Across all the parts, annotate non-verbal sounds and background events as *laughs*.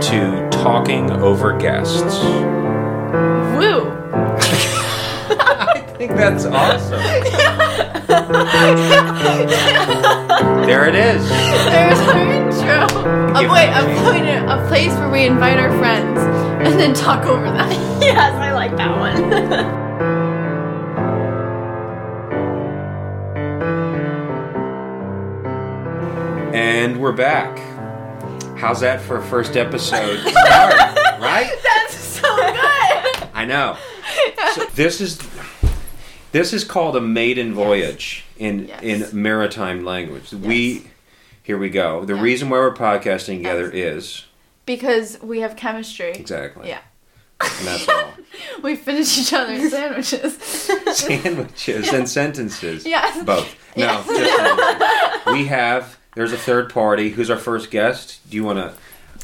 to talking over guests. Woo! *laughs* I think that's awesome. there it is. There's our intro. A, Give wait, it a, to me. point, a place where we invite our friends and then talk over them. *laughs* yes, I like that one. And we're back. How's that for a first episode *laughs* start? right? *laughs* *laughs* That's so good. I know. So this is this is called a maiden voyage in Yes. in maritime language. We here we go. The reason why we're podcasting together is Because we have chemistry. exactly. Yeah. And that's all. We finish *laughs* each other's sandwiches. Sandwiches and sentences. Yes. Both. No. Yes. Just sentences. we have there's a third party who's our first guest. Do you want to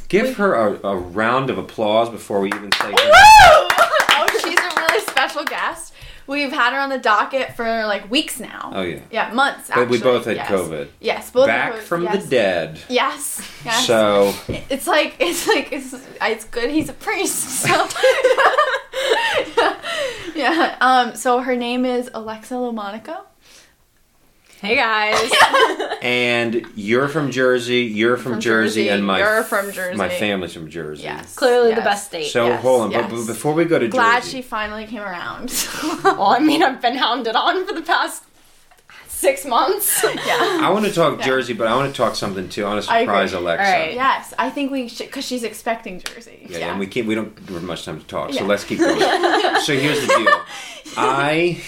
give her a, a round of applause before we even say her *laughs* oh, she's a really special guest. We've had her on the docket for like weeks now. Oh, yeah. Yeah, months. But we actually, both had yes. COVID. Yes, both had Back COVID, from yes. the dead. Yes. yes. So It's like it's like it's it's good. He's a priest. *laughs* So *laughs* yeah. Um. So her name is Alexa LaMonica. Hey guys. and you're from Jersey, you're from, From Jersey, Jersey, and my you're from Jersey. my family's from Jersey. Yes. *laughs* Clearly the yes. best date. So Yes, hold on, but- but, yes. before we go to Glad Jersey, she finally *laughs* came around. *laughs* well, I mean, I've been hounded on for the past six months. yeah. I want to talk Yeah. Jersey, but I want to talk something too. I want to I agree. surprise Alexa. All right. Yes. I think we should because she's expecting Jersey. Yeah, and we can't. We don't have much time to talk, so Yeah. let's keep going. *laughs* so here's the deal. I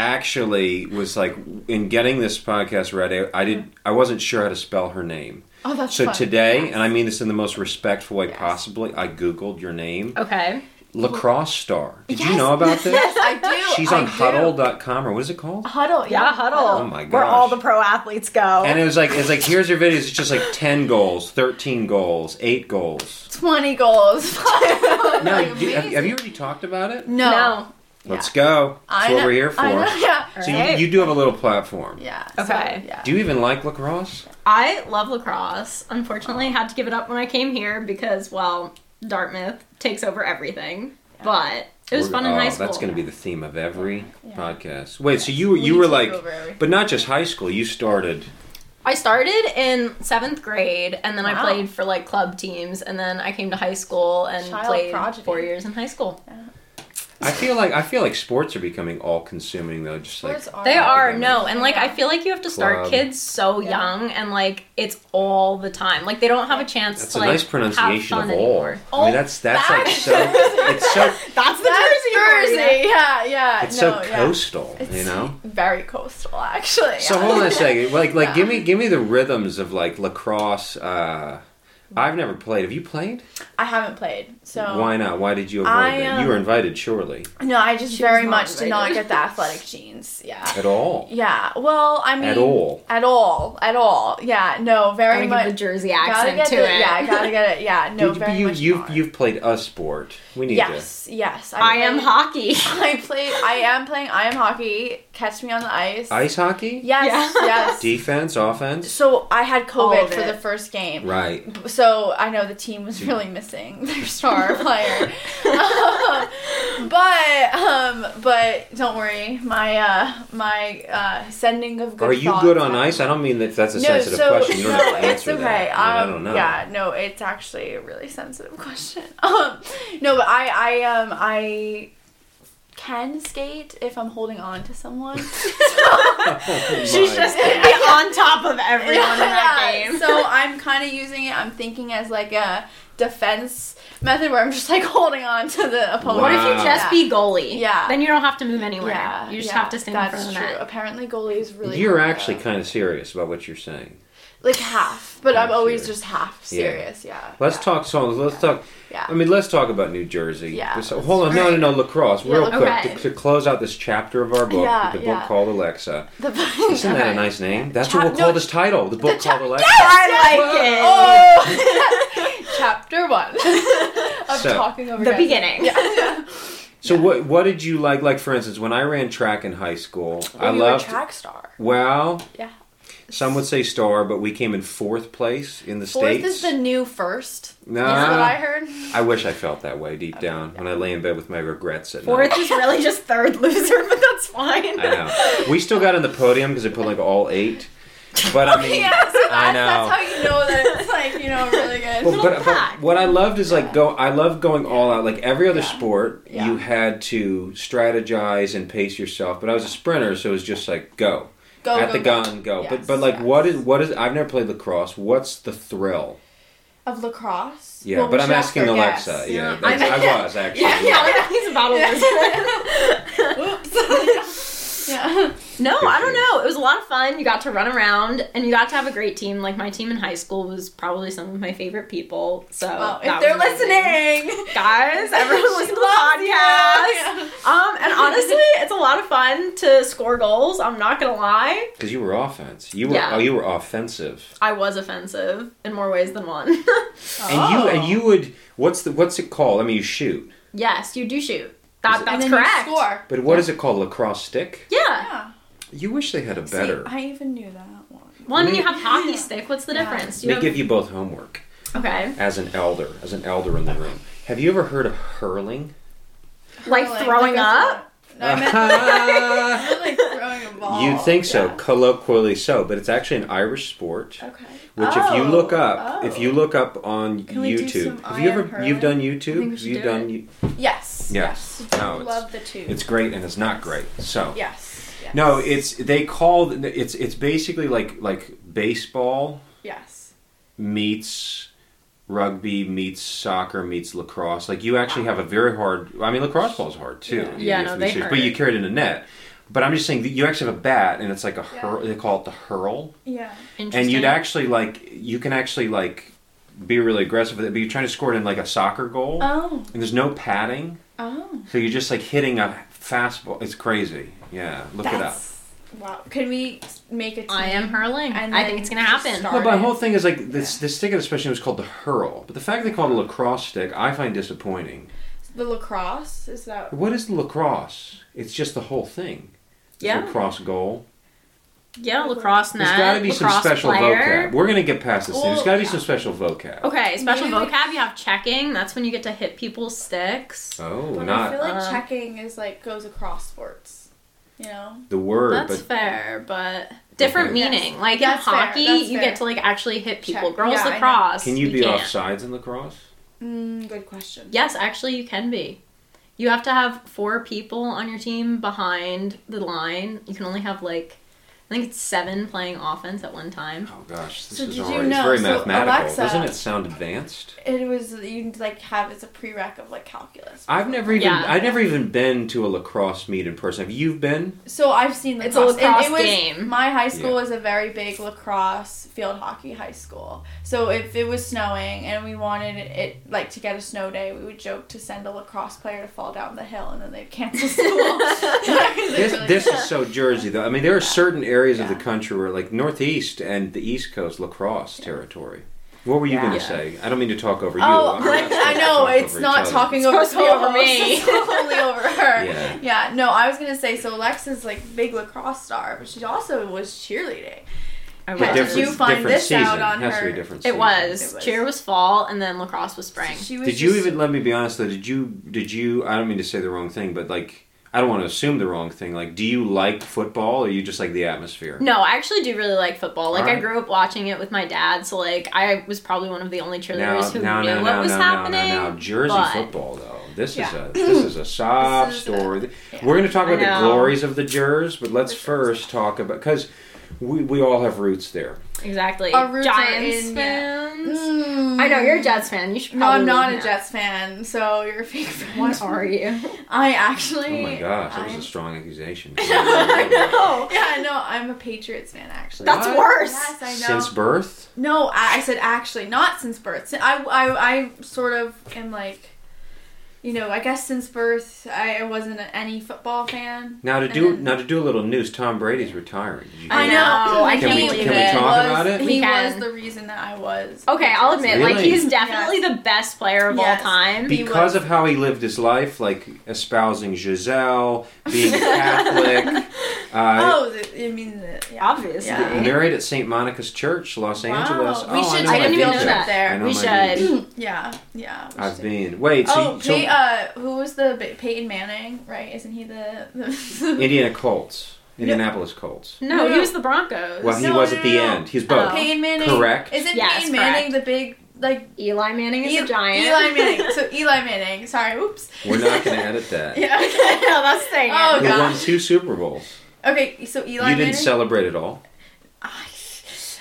actually was like in getting this podcast ready. I did. I wasn't sure how to spell her name. Oh, that's So Mm-hmm. fun. today, Yes. and I mean this in the most respectful way Yes. Oh. possibly, I googled your name, *laughs* Okay. lacrosse star. Did you Yes. know about this? Yes, I do. *laughs* She's I on do. huddle.com or what is it called? Huddle. Yeah, huddle. Oh my Where all gosh. the pro athletes go. And it was like it's like here's your videos. It's just like ten goals, thirteen goals, eight goals. Twenty goals. *laughs* No, do, have, have you already talked about it? No. No. Let's go. That's I what know- we're here for. I know, yeah. So Right. you, you do have a little platform. Yeah. Okay. So, yeah. Do you even like lacrosse? I love lacrosse. Unfortunately, had to give it up when I came here because, well, Dartmouth takes over everything. But it was We're- fun in oh, high school. That's going to be the theme of every Yeah. podcast. Wait, so you you were take like, over everything. but not just high school. You started. I started in seventh grade, and then Wow. I played for like club teams, and then I came to high school and Child played prodigy. four years in high school. I feel like I feel like sports are becoming all consuming though. Just like Sports are- They are academic. no, and like Yeah. I feel like you have to start Club. kids so Yeah. young, and like it's all the time. Like they don't have a chance That's to a like nice pronunciation have of fun all. anymore. I mean, that's that's like so. It's *laughs* so That's the That's Jersey. Maria. Yeah, yeah. it's no, so yeah. coastal. It's you know. very coastal, actually. So yeah. hold on a second. Like like Yeah. give me give me the rhythms of like lacrosse. Uh, I've never played. Have you played? I haven't played, so Why not? Why did you avoid I, it? um, you were invited, surely, no, I just She was very not much did not invited. get the athletic genes. Yeah, at all. yeah. Well, I mean, At all. at all, at all. Yeah, no, very Gotta much. give the Jersey gotta accent get to the- it. Yeah, gotta get it. Yeah, no, Dude, very you, much. you've not. you've played a sport. We need yes, yes. I am played- hockey. *laughs* I played. I am playing. I am hockey. Catch me on the ice. to ice hockey, Yes, Yeah. *laughs* yes. defense, offense. So I had All COVID of for it. the first game. Right. so I know the team was really missing *laughs* their star player. Um, but um, but don't worry, my uh, my uh, sending of good. Are you thoughts- good on ice? I don't mean that. That's a No, sensitive so question. You don't no, have to it's answer okay. that. I, mean, I um, don't know. *laughs* Yeah, *laughs* no, it's actually a really sensitive question. *laughs* Um, no, but I I um I can skate if I'm holding on to someone. *laughs* Oh *laughs* She's my just God. gonna be on top of everyone in *laughs* that Yeah, game. So I'm kind of using it. I'm thinking as like a defense method where I'm just like *laughs* holding on to the opponent. what if you Wow. just be goalie? Yeah. Then you don't have to move anywhere. Yeah, you just yeah, have to stand in That's front of the true. net. Apparently, goalies really. You're hard, actually though. kind of serious about what you're saying. like half, but I'm Half always serious. just half Yeah. serious. Yeah. Let's yeah, talk songs. Let's talk. Yeah. I mean, let's talk about New Jersey. Yeah, Just- let's- hold on. No, no, no. Lacrosse, Yeah, real lacrosse. quick, to, to close out this chapter of our book, Yeah, the book yeah. called Alexa. The, *laughs* Isn't that a Okay. nice name? That's Chap- what we'll call no, this title. The book chap- called Alexa. I like it. Oh, *laughs* chapter one of So- talking over The guys. beginning. So what what did you like? Like for instance, when I ran track in high school, I You were a loved. track star. Well, Yeah. Some would say star, but we came in fourth place in the Fourth states. Uh-huh. is the new first. no, Is what I heard. I wish I felt that way deep down when I lay in bed with my regrets at Fourth night. is really just third loser, *laughs* but that's fine. I know. We still got on the podium because they put like all eight. But I mean, *laughs* Yeah, so that's, I know. that's how you know that it's like you know really good. Well, Little but, but pack. what I loved is like go. I love going all out. Like every other Yeah. sport, Yeah. you had to strategize and pace yourself. But I was a sprinter, so it was just like go go at go, the go. gun, go. Yes, but but like yes. what is what is? I've never played lacrosse. What's the thrill? of lacrosse. Yeah, Well, we but I'm should asking her guess. Alexa. Yeah. Yeah, that's, I- I *laughs* was actually. Yeah, yeah, like he's a bottle Yeah. *laughs* loser. Whoops. *laughs* yeah. No, Good I don't for you. know. It was a lot of fun. You got to run around and you got to have a great team. Like my team in high school was probably some of my favorite people. So Well, if that they're was amazing. listening, guys, *laughs* everyone She listen to the loves podcast. you. *laughs* Yeah. Um, and honestly, it's a lot of fun to score goals. I'm not gonna lie. Because you were offense. You were Yeah. oh, you were offensive. I was offensive in more ways than one. *laughs* And you Oh. and you would what's the what's it called? I mean, you shoot. yes, you do shoot. Is That it- and that's then correct. You score. But what is it called? Lacrosse stick. Yeah. Yeah. You wish they had a See, better. I even knew that one. Well, I mean, you Yeah. have hockey stick. What's the Yeah. difference? Let You me have- give you both homework. okay, As an elder, as an elder in the room, have you ever heard of hurling? like Hurling, throwing like a- up. No, I meant I meant like throwing a *laughs* ball. You'd think so, Yeah. colloquially so, but it's actually an Irish sport. Okay. Which, if you look Oh, up, if oh. you look up on Can we do some YouTube, have you iron ever you've done hurling? I think we YouTube? should You've do done. you- Yes. Yes. No, it's- Love the two. It's great and it's not great. So Yes. yes. no, it's they call it's it's basically like like baseball Yes. meets rugby meets soccer meets lacrosse. Like you actually have a very hard. I mean, lacrosse ball's hard too. Yeah. Yeah, no, if we they should- hurt. But you carry it in a net. But I'm just saying that you actually have a bat, and it's like a Yeah. hurl. They call it the hurl, Yeah. Interesting. and you'd actually like you can actually like be really aggressive with it, but you're trying to score it in like a soccer goal, Oh. and there's no padding, Oh. so you're just like hitting a fastball. It's crazy. Yeah, look it up. That's wow. Can we make a team? I am hurling. And I then think it's gonna just happen. start- No, but my whole thing is like this. This stick especially was called the hurl, but the fact they called it a lacrosse stick, I find disappointing. The lacrosse is that What is lacrosse? It's just the whole thing. It's Yeah. Lacrosse goal. Yeah, lacrosse net. There's got to be some lacrosse special player. vocab. We're gonna get past this. thing. There's Well, got to be yeah. some special vocab. Okay, special Maybe we- vocab. You have checking. That's when you get to hit people's sticks. Oh, But I not feel like uh, checking is like goes across sports. You know? the word, That's but fair, but different Mhm. meaning. Like That's in fair, hockey, that's you fair. get to like actually hit people. Check. Girls Yeah, I know. lacrosse. can you be can't. offsides in lacrosse? Mm, good question. Yes, actually, you can be. You have to have four people on your team behind the line. You can only have like, I think it's seven playing offense at one time. Oh gosh, this So did is you already it's know- very so mathematical. Alexa- Doesn't it sound advanced? It was you like have it's a prereq of like calculus. I've never even Yeah. I've never even been to a lacrosse meet in person. Have you been? So I've seen lacrosse. It's a and lacrosse it was, game. My high school Yeah. was a very big lacrosse field hockey high school. So if it was snowing and we wanted it like to get a snow day, we would joke to send a lacrosse player to fall down the hill and then they'd cancel *laughs* school. This, this this is *laughs* so Jersey though. I mean, there are certain areas of Yeah. the country where, like Northeast and the East Coast, lacrosse territory. What were you going Yeah. to say? I don't mean to talk over you. Oh, I'm not supposed to *laughs* I know talk it's over not each other. talking *laughs* It's over supposed to be over me. It's totally over her. Yeah. yeah. No, I was gonna say so. Alexa's like big lacrosse star, but she also was cheerleading. I But But would- did different, you find different this season. out on Has to be her- different It season. was. It was. Cheer was fall, and then lacrosse was spring. She was. Did you just- even let me be honest though? Did you? Did you? I don't mean to say the wrong thing, but like I don't want to assume the wrong thing. Like, do you like football, or you just like the atmosphere? No, I actually do really like football. Like I Alright. grew up watching it with my dad, so like I was probably one of the only Now, cheerleaders who now, knew now, what now, was now, now, happening. now, now, Jersey but- football though. This Yeah. is a this is a sob This is a- story. yeah. We're going to talk about I the know. glories of the Jers, but let's For sure. first talk about because we we all have roots there. Exactly. Our roots are Giants in- fans. Mm. I know you're a Jets fan. You should. No, I'm probably not a know. Jets fan, so you're a fake fan. What are you? *laughs* I actually. Oh my gosh, that was I'm- a strong accusation. I know. *laughs* Yeah, no, I'm a Patriots fan actually. That's What? worse. Yes, I know. Since birth. no, I, I said actually, not since birth. Si- I, I, I sort of am like you know, I guess since birth, I wasn't any football fan. Now to And do then- now to do a little news. Tom Brady's retiring. Did you I hear? know. I Can we- He can we was- talk about it? He We was can. the reason that I was. Okay, I'll admit, like Really? he's definitely Yes. the best player of Yes. all time. Be- Because was- of how he lived his life, like espousing Giselle, being a Catholic, uh, oh, the, I mean, the, yeah. Obviously. Yeah. married at St. Monica's Church, Los Wow. Angeles. We oh, should I, know take a my field beach. trip there. I know We oh my beach. should. yeah, yeah. we I've should- been. Wait, so, Oh, so Pey- uh, who was the Pey- Peyton Manning? Right? Isn't he the? the Indiana Colts, Indianapolis Colts. No, No. he was the Broncos. Well, he No, was no, at no, the no. end. He's *laughs* both. Oh. Peyton Manning. Correct. Isn't Yes, Peyton Manning the big like? Eli Manning is E- a giant. Eli *laughs* Manning. So Eli Manning. Sorry. Oops. We're not going to edit that. *laughs* Yeah. no, that's saying. it. Oh, Who won gosh. two Super Bowls? Okay. So Eli. you didn't Manning? celebrate at all. I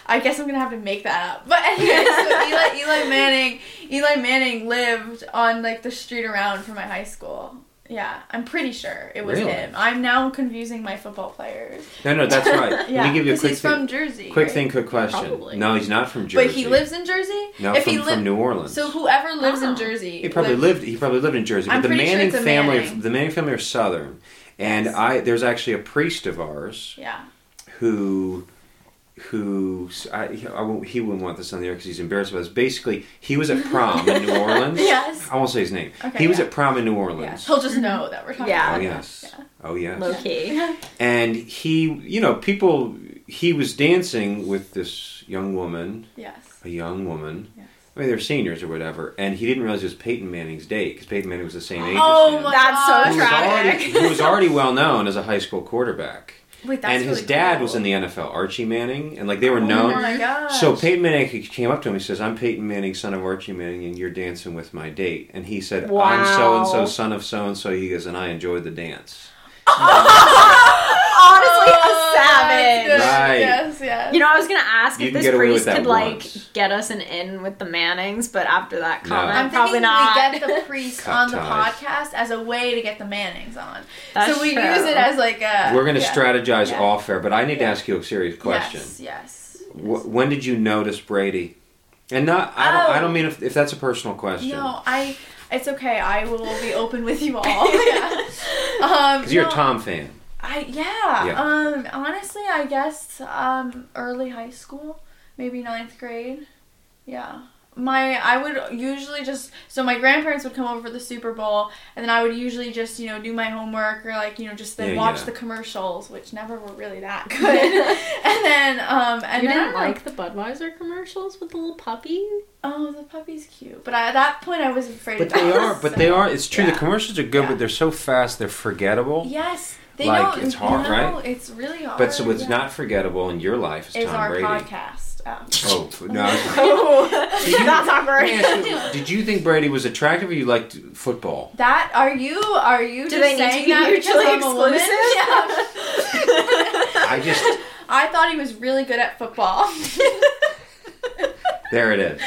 I guess I'm gonna have to make that up. But anyway, so Eli, Eli Manning, Eli Manning lived on like the street around from my high school. Yeah, I'm pretty sure it was Really? him. I'm now confusing my football players. No, no, that's *laughs* right. Yeah, Let me give you a 'cause quick he's thing. from Jersey. quick right? thing, quick question. Probably. No, he's not from Jersey. But he lives in Jersey. no, if from, he from lived, New Orleans. so whoever lives Oh. in Jersey, He probably lived. He probably lived in Jersey. I'm But the pretty sure Manning it's a family, Manning. the Manning family, are Southern. And Yes. I, there's actually a priest of ours Yeah, who, who I, I won't, he wouldn't want this on the air because he's embarrassed about this. Basically, he was at prom in *laughs* New Orleans. Yes. I won't say his name. Okay, he was yeah. at prom in New Orleans. yeah. He'll just know that we're talking. Yeah. Oh about him. yes. Oh yes. Low *laughs* key. And he, you know, people. He was dancing with this young woman, Yes. a young woman. Yes. I mean, they're seniors or whatever, and he didn't realize it was Peyton Manning's date because Peyton Manning was the same age. as Oh him. my That's gosh. so who was already, tragic. who was already well known as a high school quarterback. Wait, that's and his really dad cool. was in the NFL, Archie Manning, and like they were Oh known. my gosh. So *laughs* Peyton Manning came up to him. He says, "I'm Peyton Manning, son of Archie Manning, and you're dancing with my date." And he said, "I'm so and so, Wow. son of so and so." He goes, "And I enjoyed the dance." Honestly, Oh, a savage. that's good. Right. Yes, yes. You know, I was gonna ask You if can this get away with priest that could like once. get us an in with the Mannings, but after that No. comment, I'm probably thinking not. we get the priest Cut on the ties. podcast as a way to get the Mannings on. That's so we true. use it as like a. We're going to Uh, yeah. strategize Yeah. off air, but I need to ask you a serious question. Yes, yes. Wh- when did you notice Brady? And not, I don't, I Oh. don't mean if, if that's a personal question. No, I. It's okay. I will be open with you all. *laughs* *laughs* yeah. Um, Because you're no, a Tom fan. I yeah. Yeah. Um. Honestly, I guess um early high school, maybe ninth grade. Yeah. My I would usually just so my grandparents would come over for the Super Bowl and then I would usually just you know do my homework or like you know just then Yeah, watch yeah. the commercials which never were really that *laughs* good *laughs* and then um and you then didn't like the Budweiser commercials with the *laughs* little puppy? oh the puppy's cute but I, at that point I was afraid But of they dogs, are, but so- they are. It's true. yeah. The commercials are good, Yeah. but they're so fast, they're forgettable. yes they Like, don't it's hard, no, right? it's really hard But so what's Oh, yeah. not forgettable in your life is, is Tom our Brady. podcast oh. Oh f- no! *laughs* I was like, Oh, that's let awkward. me ask you, did you think Brady was attractive, or you liked football? That are you? Are you Do just they need to saying be that because mutually I'm a woman? *laughs* *laughs* exclusive? Yeah. I just I thought he was really good at *laughs* football. *laughs* there it is.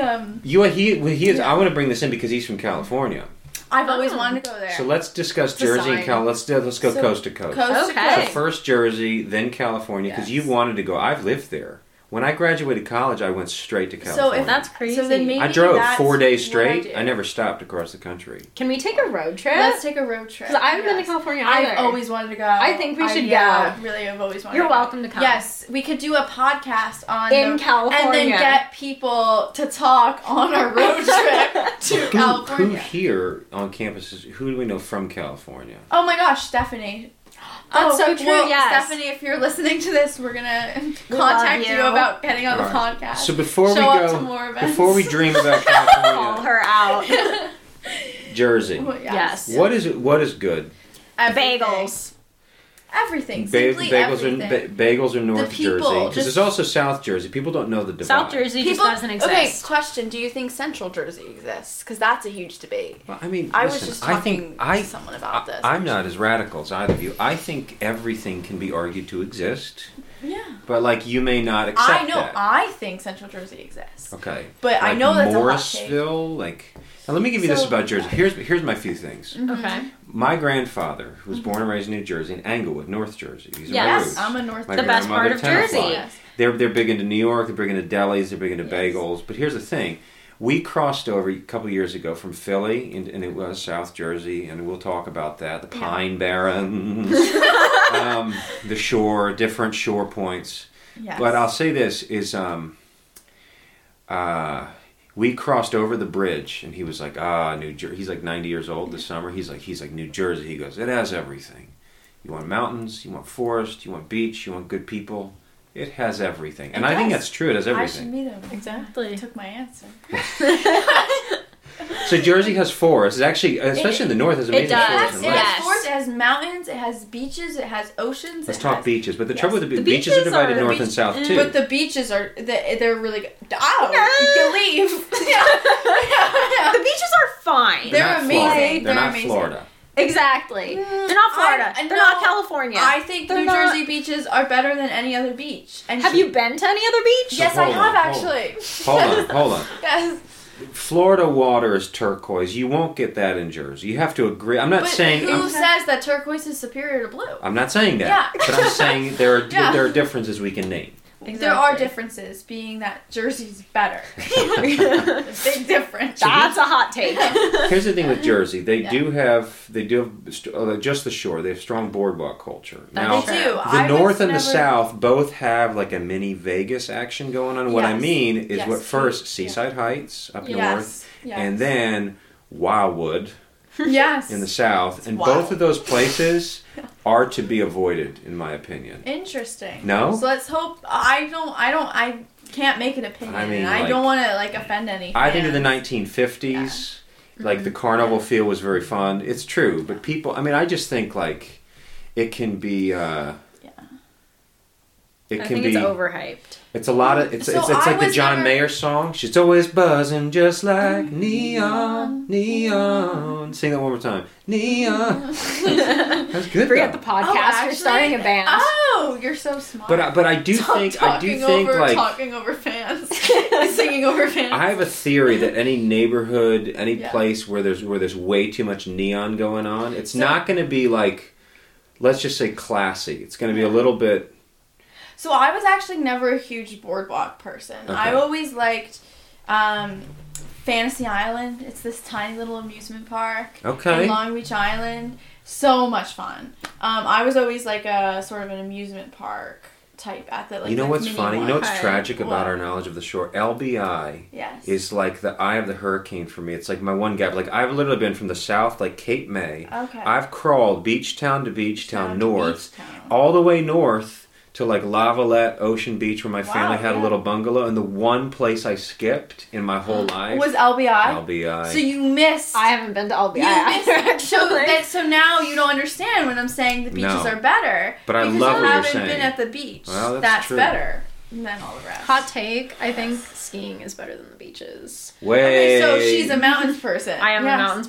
um, You he well, he is. I want to bring this in because he's from California. I've always Oh. wanted to go there. So let's discuss a Jersey and sign. Cal. Let's let's go So- coast to coast. coast Okay. So to coast. first Jersey, then California, because Yes. you wanted to go. I've lived there. When I graduated college, I went straight to California. if- *laughs* That's crazy. So then maybe I drove that's four days what straight. do. I, never stopped across the country. Can we take a road trip? Let's take a road trip. Because I haven't been to Yes. California either. I've always wanted to go. I think we should yeah, go. Really, I've always wanted. You're to go. welcome to come. Yes, we could do a podcast on In the- California. and then get people to talk on our road *laughs* trip *laughs* to Who, who California. here on campus is who do we know from California? Oh my gosh, Stephanie. That's so true, Well, Oh, yes. Stephanie, if you're listening to this, we're gonna We contact love you. you. about getting on the Alright. podcast. So before Show we up to go, more events. before we dream *laughs* about *laughs* Call California, her out. Jersey, Well, Yes. what is it? What is good? *laughs* Everything. Bagels. Everything. Ba- Simply bagels everything. are ba- bagels are North people, Jersey because just- there's also South Jersey. People don't know the divide. South Jersey People, just doesn't okay, exist. question: Do you think Central Jersey exists? Because that's a huge debate. Well, I mean, I was listen, just I talking think to I, someone about I- this. I'm not as radical as either of you. I think everything can be argued to exist, Yeah. but like you may not accept I know. that. Oh, I think Central Jersey exists. okay, But I Like know that's a hot take. Morrisville. like, now let me give you this So- Mm-hmm. about Jersey. Here's here's my few things. okay. My grandfather, who was born and raised in New Jersey, in Englewood, North Jersey. These are my Yes. roots. I'm a North. My The best part grandmother of Tenafly. Jersey. Yes. They're they're big into New York. They're big into delis. They're big into Yes. bagels. But here's the thing: We crossed over a couple years ago from Philly, and, and it was South Jersey, and we'll talk about that. The Yeah. Pine *laughs* Barrens, um, the shore, different shore points. Yes. But I'll say this is um uh we crossed over the bridge and he was like, "Ah, New Jersey." He's like 90 years old this summer. He's like he's like New Jersey. He goes, "It has everything. You want mountains, you want forest, you want beach, you want good people. It has everything." And It I think does. that's true. It has I should everything. meet him. I Exactly. took my answer. So Jersey has forest. It's actually especially in the north has amazing does, forest Yes, and it yes. lakes. has forests, it has mountains, it has beaches, it has oceans. Let's it talk has- beaches, but the Yes. trouble with the, be- The beaches, are beaches divided are- north beach- and south Mm. too. But the beaches are they- they're really good. Oh, you *laughs* can leave. yeah, *laughs* yeah, The yeah. beaches are They're fine. They're not amazing. Florida. They're They're not amazing. Florida. exactly. Mm, They're not Florida. I- I They're not know. California. I think They're New not- Jersey beaches are better than any other beach. And Have you been to any other beach? Yes, I Hold on, have hold on. actually. Hold on, hold *laughs* on. Yes. Florida water is turquoise. You won't get that in Jersey. You have to agree. I'm not But saying who I'm, says that turquoise is superior to blue? I'm not saying that. Yeah. But I'm saying there are *laughs* Yeah. there are differences we can name. There are Exactly. differences, being that Jersey's better. That's *laughs* A big difference. a hot take. Here's the thing with Jersey. They Yeah. do have they do have st- uh, just the shore. They have strong boardwalk culture. They Now That's do. true. the I was north and the never- south both have like a mini Vegas action going on. What I Yes. mean is Yes. what first Yeah. Seaside Heights up Yes. north Yes. yes. and then Wildwood yes. in the south. and both wild. of *laughs* those places are to be avoided in my opinion. Interesting. No? So let's hope. I don't. I don't. I can't make an opinion. I I, mean, like- don't want to like offend any. I think in fans. the 1950s, like Mm-hmm. the carnival feel was very fun. It's true, but people, I mean, I just think like it can be. Uh, Yeah. It I can think be. it's It's, *laughs* overhyped. a lot of. It's So it's, it's I like the was John never- Mm-hmm. Mayer song. She's always buzzing, just like neon, neon. Sing that one more time. Neon. *laughs* That's good. Forget though. the podcast. You're starting a band. Oh, you're so smart. But I, but I do Stop think I do talking think over, like talking over fans, *laughs* singing over fans. I have a theory that any neighborhood, any Yeah. place where there's where there's way too much neon going on, it's So- not going to be like, let's just say classy. It's going to be a little bit. So I was actually never a huge boardwalk person. I Okay. always liked um, Fantasy Island. It's this tiny little amusement park Okay. in Long Beach Island. So much fun. Um, I was always like a sort of an amusement park type athlete. Like you know the what's mini funny? You one. know what's Okay. tragic about What? our knowledge of the shore? LBI Yes. is like the eye of the hurricane for me. It's like my one gap. Like I've literally been from the south, like Cape May. okay. I've crawled beach town to beach town, Down to north. Beach Uh, Town. all the way north to like Lavalette, Ocean Beach, where my Wow, family had a yeah. little bungalow. And the one place I skipped in my whole life was LBI. LBI. So you missed. I haven't been to LBI you missed. either, *laughs* actually. So, that, so now you don't understand when I'm saying the beaches No. are better. But I because love what you you're haven't saying. been at the beach. Well, that's that's true. better than all the rest. Hot take. I think skiing is better than the beaches. way. Okay, so she's a mountains person. I am Yes. a mountains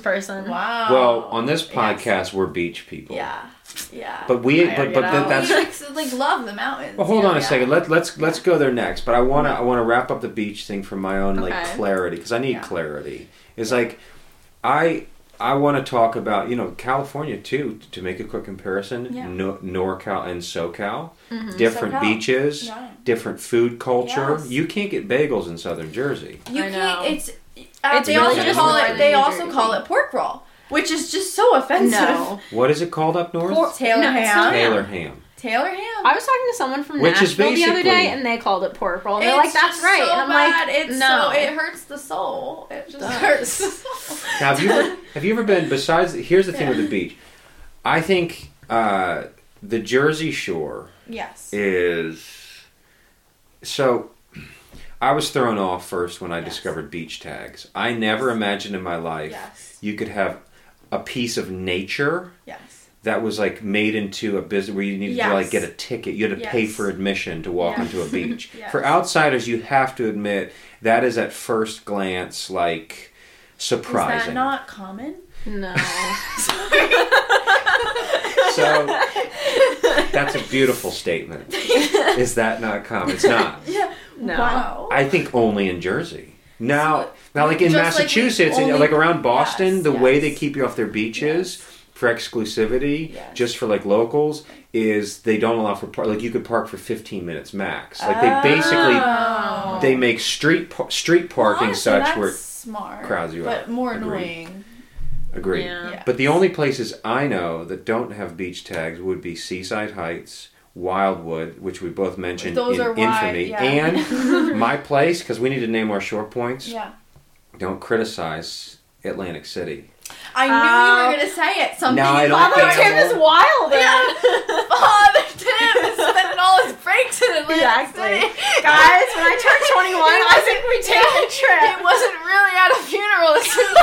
*laughs* person. Wow. well on this Yes. podcast we're beach people. Yeah. Yeah. But we, I but but already th- know. that's. we like, like love the mountains. Well, hold you on know, a yeah. second. Let let's let's go there next. But I wanna I wanna wrap up the beach thing for my own like Okay. clarity because I need Yeah. clarity. It's like I I want to talk about you know California too to make a quick comparison. Yeah. Mm-hmm. No, NorCal and SoCal, different SoCal. beaches, Yeah. different food culture. Yes. You can't get bagels in Southern Jersey. You I can't. know. It's. Uh, It's they really also just call like it. They New also Jersey. call it pork roll, which is just so offensive. No. What is it called up north? Pork- Taylor No, it's ham. not. Taylor ham. *laughs* Taylor ham. I was talking to someone from Which is Nashville the other basically- day, and they called it pork roll. They're It's like, "That's just right," So and I'm bad. like, it's "No." so it hurts the soul. It just does. hurts. The soul. *laughs* Now, have you ever, have you ever been? Besides, here's the thing with the beach. I think uh, the Jersey Shore Yes. is so I was thrown off first when I Yes. discovered beach tags. I never imagined in my life Yes. you could have a piece of nature Yes. that was like made into a business where you needed to like Yes. get a ticket. You had to pay Yes. for admission to walk Yes. onto a beach. *laughs* Yes. For outsiders, you have to admit that is at first glance like surprising. Is that not common? *laughs* No. *laughs* So that's a beautiful statement. is that not common? It's *laughs* not. Yeah. No. Wow. I think only in Jersey. Now, So- now like in Just like we Massachusetts, and, only- like around Boston, Yes, the way yes. they keep you off their beaches for exclusivity, Yes. just for like locals, is they don't allow for park. Like you could park for 15 minutes max. Like they basically Oh. they make street par- street parking Honestly, such that's where smart, crowds you but out. more Agreed. annoying. agreed. Yeah. Yeah. But the only places I know that don't have beach tags would be Seaside Heights, Wildwood, which we both mentioned Those in are wide, infamy, yeah. *laughs* and my place because we need to name our short points. Yeah, Don't criticize Atlantic City. I knew you were gonna say it. Something. No, I you don't Father think I Tim will. is wild. Father *laughs* Tim is spending all his breaks in Atlantic *laughs* Exactly. City. Guys, when I *laughs* turned 21, I think we take a He trip. wasn't really at a funeral. *laughs* It's just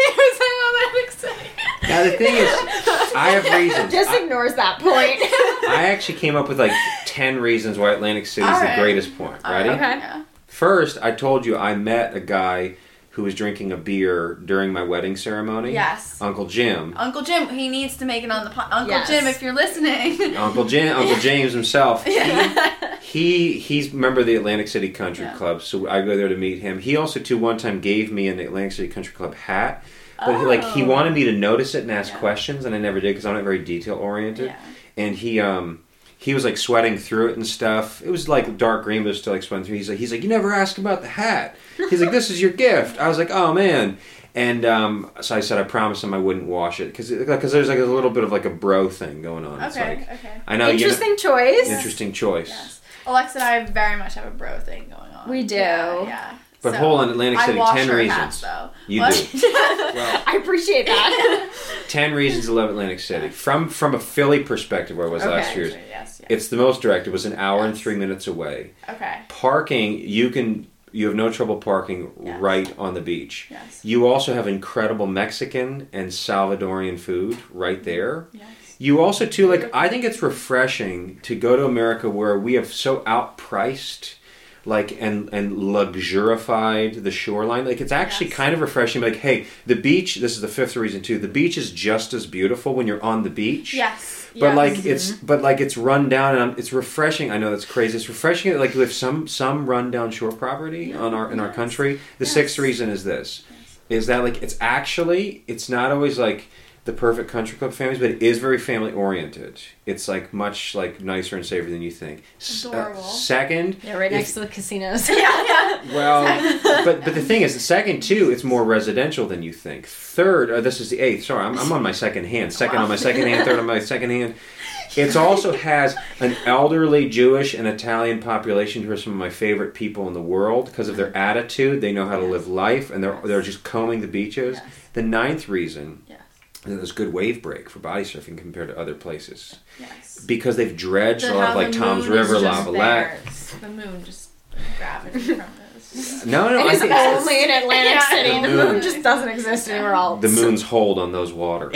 that he was in Atlantic City. Now the thing is, *laughs* I have reasons. Just I, ignores that point. *laughs* I actually came up with like ten reasons why Atlantic City is Alright. the greatest point. Ready? Okay. Yeah. First, I told you I met a guy who was drinking a beer during my wedding ceremony. Yes. Uncle Jim. Uncle Jim, he needs to make it on the po- Uncle Yes. Jim, if you're *laughs* listening. Uncle Jim, Uncle James himself. *laughs* yeah. He he's a member of the Atlantic City Country Yeah. Club, so I go there to meet him. He also too one time gave me an Atlantic City Country Club hat, but he, like he Oh. wanted me to notice it and ask Yeah. questions, and I never did because I'm not very detail oriented. Yeah. And he um he was like sweating through it and stuff. It was like dark green, but it was still like sweating through. He's like he's like you never asked about the hat. He's like this is your gift. I was like oh man. And um, so I said I promised him I wouldn't wash it because because there's like a little bit of like a bro thing going on. It's Okay. like okay. I know you know- Interesting choice. Interesting choice. Yes. Alexa and I very much have a bro thing going on. We do. Yeah. yeah. But So, hold on, Atlantic I City, wash 10 her reasons. Hats, though. You What? *laughs* do. Well, I appreciate that. 10 reasons to love Atlantic City. From from a Philly perspective, where I was last Okay. year's, Yes, yes. it's the most direct. It was an hour and Yes. three minutes away. Okay. Parking, you can you have no trouble parking Yes. right on the beach. Yes. You also have incredible Mexican and Salvadorian food right there. Yes. You also too like I think it's refreshing to go to America where we have so outpriced like and and luxurified the shoreline. Like it's actually Yes. kind of refreshing like hey, the beach, this is the fifth reason too. The beach is just as beautiful when you're on the beach. Yes. But yes. *laughs* like it's but like it's run down and I'm, it's refreshing. I know that's crazy. It's refreshing. Like with some some run down shore property on our in our Yes. country. The Yes. sixth reason is this: is that like it's actually it's not always like the perfect country club families, but it is very family oriented. It's like much like nicer and safer than you think. S- uh, Adorable. second, *laughs* yeah, right if- next to the *laughs* casinos. yeah, yeah. well, *laughs* but but the thing is, the second too, it's more residential than you think. Third, or this is the eighth. Sorry, I'm, I'm on my second hand. Second on my second hand. Third on my second hand. It also has an elderly Jewish and Italian population who are some of my favorite people in the world because of their attitude. They know how to live life, and they're they're just combing the beaches. Yes. The ninth reason Yes. is that there's good wave break for body surfing compared to other places Yes. because they've dredged a lot how of like the Tom's moon is River, just Lava there. Lake. It's The moon just *laughs* gravity from it. It's just- No, no, It I is think only in Atlantic Yeah. City. The The moon. moon just doesn't exist anywhere else. the moon's hold on those *laughs* waters.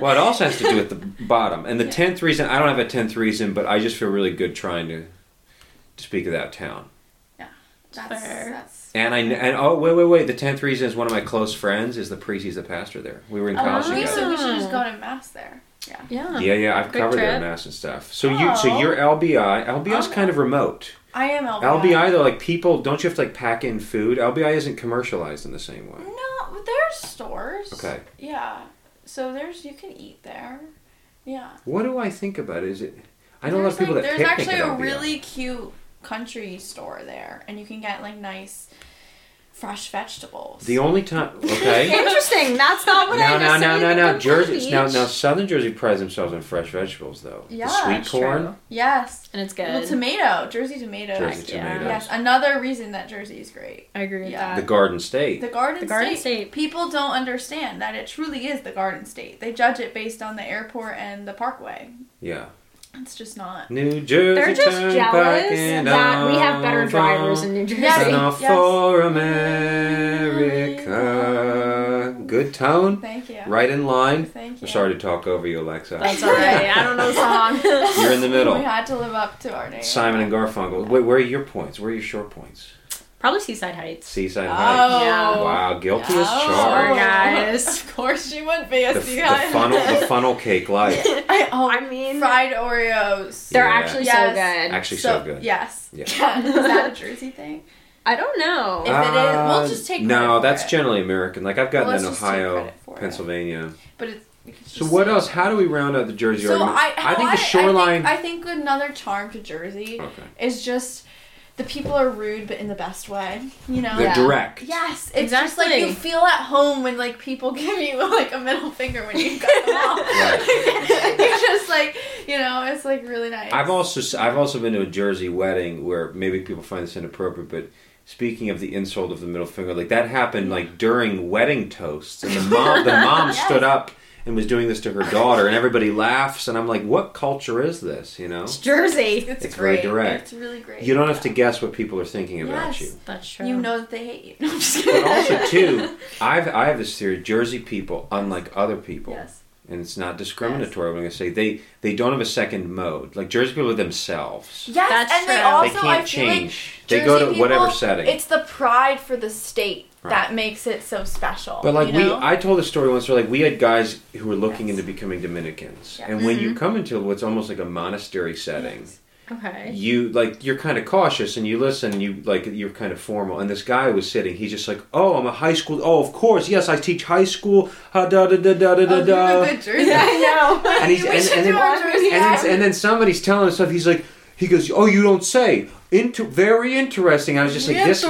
Well, it also has to do with the bottom. And the Yeah. tenth reason, I don't have a tenth reason, but I just feel really good trying to, to speak of that town. That's, Fair. that's And I kn- and oh wait wait wait, the tenth reason is one of my close friends is the priest, he's the pastor there. We were in college Oh. we, together. so we should just go to mass there. Yeah. Yeah yeah, I've Good covered their trip. mass and stuff. So you so Oh. you're LBI. LBI's Oh. kind of remote. I am LBI. LBI though, like people don't you have to like pack in food? LBI isn't commercialized in the same way. No, but there's stores. Okay. Yeah. So there's you can eat there. Yeah. What do I think about it? Is it? I know a lot there's of people like, that there's picnic actually at a LBI. really cute country store there, and you can get like nice fresh vegetables. The only time *laughs* okay. Interesting. That's not what No, I no, just no, said. no, no. Beach. Jersey. Now, now, Southern Jersey prides themselves on fresh vegetables, though. Yeah, the sweet that's corn, true. yes. And it's good. Well, tomato, Jersey tomatoes. Jersey Yeah. tomatoes, Yes, another reason that Jersey is great. I agree with Yeah. the that. Garden State. The Garden, The Garden State, State. People don't understand that it truly is the Garden State. They judge it based on the airport and the parkway. yeah, It's just not. New Jersey. They're just Turnpike jealous and that we have better on drivers in New Jersey. Yes. and on Yes. for America. Good tone, Thank you. right in line. Thank you. I'm sorry to talk over you, Alexa. That's alright. I don't know the *laughs* song. You're *laughs* in the We middle. had to live up to our name. Simon and Garfunkel. Wait, where are your points? Where are your short points? Probably Seaside Heights. Seaside Heights. Oh. Yeah. Wow, guilty as Oh. charged. Sorry, guys. Of course she wouldn't be the, a the sea guy. funnel the funnel cake life I, oh, I *laughs* mean, fried Oreos. they're Yeah. actually so Yes. good. actually so, good Yes. *laughs* Yeah. is that a Jersey thing? I don't If know. it is- we'll Uh, just take no credit for that's it. generally american like i've gotten Well, in let's just take ohio credit for it. pennsylvania But it's we could So just what see. else? How do we round out the Jersey So argument? I, think the I shoreline. think, another charm to Jersey okay. is just the people are rude, but in the best way. You know. They're Yeah. direct. Yes, it's just like Exactly. you feel at home when like people *laughs* give you like a middle finger when you cut them *laughs* off. *laughs* Right. You're just like you know, it's like really nice. I've also s- I've also been to a Jersey wedding where maybe people find this inappropriate, but speaking of the insult of the middle finger, like that happened like during wedding toasts, *laughs* and the mom the mom Yes. stood up and was doing this to her daughter, and everybody laughs, and I'm like, what culture is this? You know, It's Jersey. it's, it's very great. direct. It's really great. you don't have to guess what people are thinking about Yes. you. That's true. You know that they hate you. *laughs* No, I'm just But kidding. *laughs* also too, I've I have this theory: Jersey people, unlike other people, Yes. and it's not discriminatory. I'm going to say they they don't have a second mode. Like Jersey people are themselves. Yes, That's and they true. also they can't I feel like change. they go to Jersey whatever people, setting. It's the pride for the state Right. that makes it so special. But like you know? we, I told a story once where like we had guys who were looking Yes. into becoming Dominicans, Yeah. Mm-hmm. and when you come into what's almost like a monastery setting, *laughs* okay. you like you're kind of cautious and you listen, and you like you're kind of formal. And this guy was sitting, he's just like, "Oh, I'm a high school. Oh, of course, yes, I teach high school. Ha da da da da da da oh, you have a da." good Jersey. *laughs* *laughs* I know. And he's We and, should and do then, our Jersey and, then, accent. and then somebody's telling us stuff. He's like, he goes, "Oh, you don't say." Into very interesting. I was just like this,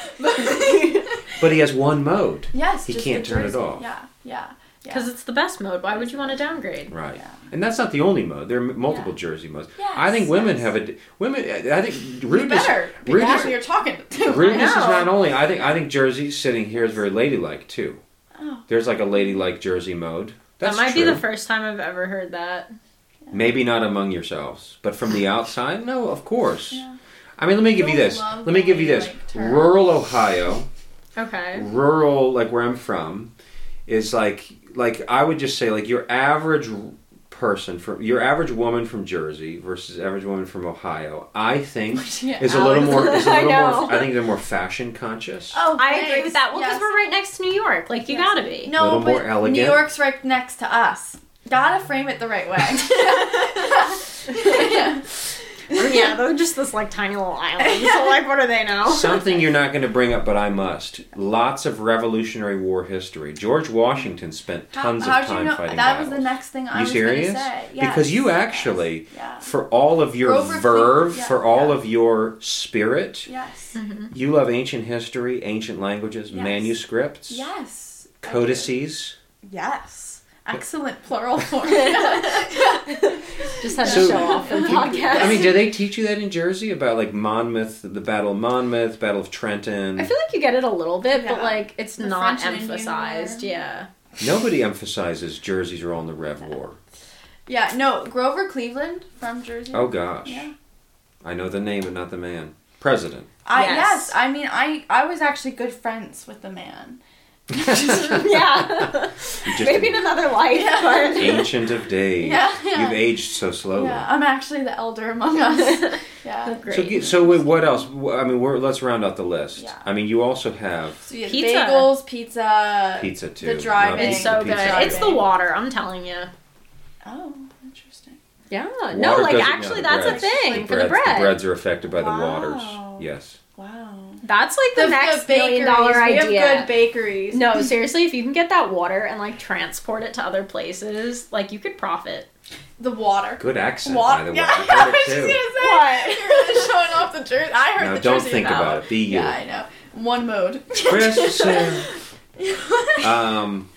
*laughs* but he has one mode. yes, He just can't the turn it Jersey. off. Yeah, yeah, yeah. Because it's the best mode. Why would you want to downgrade? Right. Yeah. And that's not the only mode. There are m- multiple Yeah. jersey modes. Yes, I think women yes. have a d- women. I I think you rudeness. better. be rudeness, happy you're talking to. *laughs* rudeness is know. not only. I think I think jersey sitting here is very ladylike too. Oh. There's like a ladylike jersey mode. That's that might true. be the first time I've ever heard that. Maybe not among yourselves, but from the outside, no, of course. Yeah. I mean, let me give you Don't this. love Let me the give you this. ladylike term. Rural Ohio. Okay. rural like where i'm from is like like i would just say like your average person from your average woman from jersey versus average woman from ohio i think *laughs* Yeah, is a little Alex. more is a *laughs* I little know. more i think they're more fashion conscious Oh, I agree thanks. with that. Well, because Yes. we're right next to New York. Like, you Yes. gotta be. *laughs* no, Little but more elegant. New York's right next to us. Gotta frame it the right *laughs* way. yeah. yeah, they're just this, like, tiny little island. *laughs* So, like, what do they *laughs* know? Something you're not going to bring up, but I must. Lots of Revolutionary War history. George Washington spent tons How- of how'd you time know- fighting That battles. was the next thing I You was serious? going to say. Because you Yes. actually, Yeah. for all of your Grover Cleveland, verve, yeah, for all yeah. of your spirit, Yes. You love ancient history, ancient languages, Yes. manuscripts, Yes. I do. codices. Yes. Excellent plural form. *laughs* Just had to So- show off the podcast. I mean, do they teach you that in Jersey about like Monmouth, the Battle of Monmouth, Battle of Trenton? I feel like you get it a little bit, Yeah. but, like, it's The not French and Indian emphasized. War. Yeah. Nobody emphasizes Jersey's role in the Rev War. yeah, no, Grover Cleveland from Jersey. Oh gosh, Yeah. I know the name but not the man. *laughs* President. I, yes. Yes. I mean, I, I was actually good friends with the man. *laughs* yeah. You're just Maybe in another life, Yeah. but. *laughs* ancient of days. Yeah, yeah. You've aged so slowly. Yeah, I'm actually the elder among *laughs* us. yeah. So, Great. get- so wait, what else? Wh- I mean, we're, let's round out the list. Yeah. I mean, you also have So you had Pizza. bagels, pizza. pizza too. The driving. It's Not so the good. pizza. It's the water, I'm telling you. Oh, interesting. Yeah. no, Water like doesn't- no, actually the that's breads. a thing The for the bread. The breads are affected by the Wow. waters. Yes. Wow. That's like the, next million dollar bakeries. idea. We have good bakeries. no, seriously, if you can get that water and like transport it to other places, like you could profit. The water. Good accent, Wa- by the way. I Yeah, *laughs* I, heard was it just too. gonna say. *laughs* What? You're really showing off the jersey. I heard Now, the don't jersey think now. about it. Be you. Yeah, I know. One mode. *laughs* Kristen. um,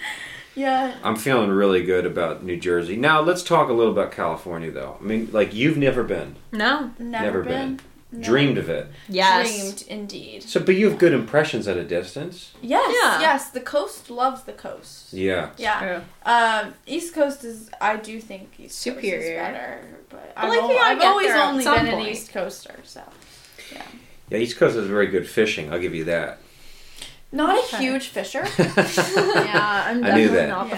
yeah. I'm feeling really good about New Jersey. Now let's talk a little about California, though. I mean, like you've never been, No. Never, been, been. No. dreamed of it. Yes. Dreamed indeed. So, but you have good impressions at a distance. Yes. Yeah. Yes. The coast loves the coast. Yeah. Yeah. True. Um, East Coast is. I do think East Coast is Superior. better, but I've, like, you al- gotta I've get always there at only some been an point. East Coaster, so Yeah, East Coast is very good fishing. I'll give you *laughs* that. not a Okay. huge fisher. Yeah, *laughs* I'm I knew definitely that. not the Yeah.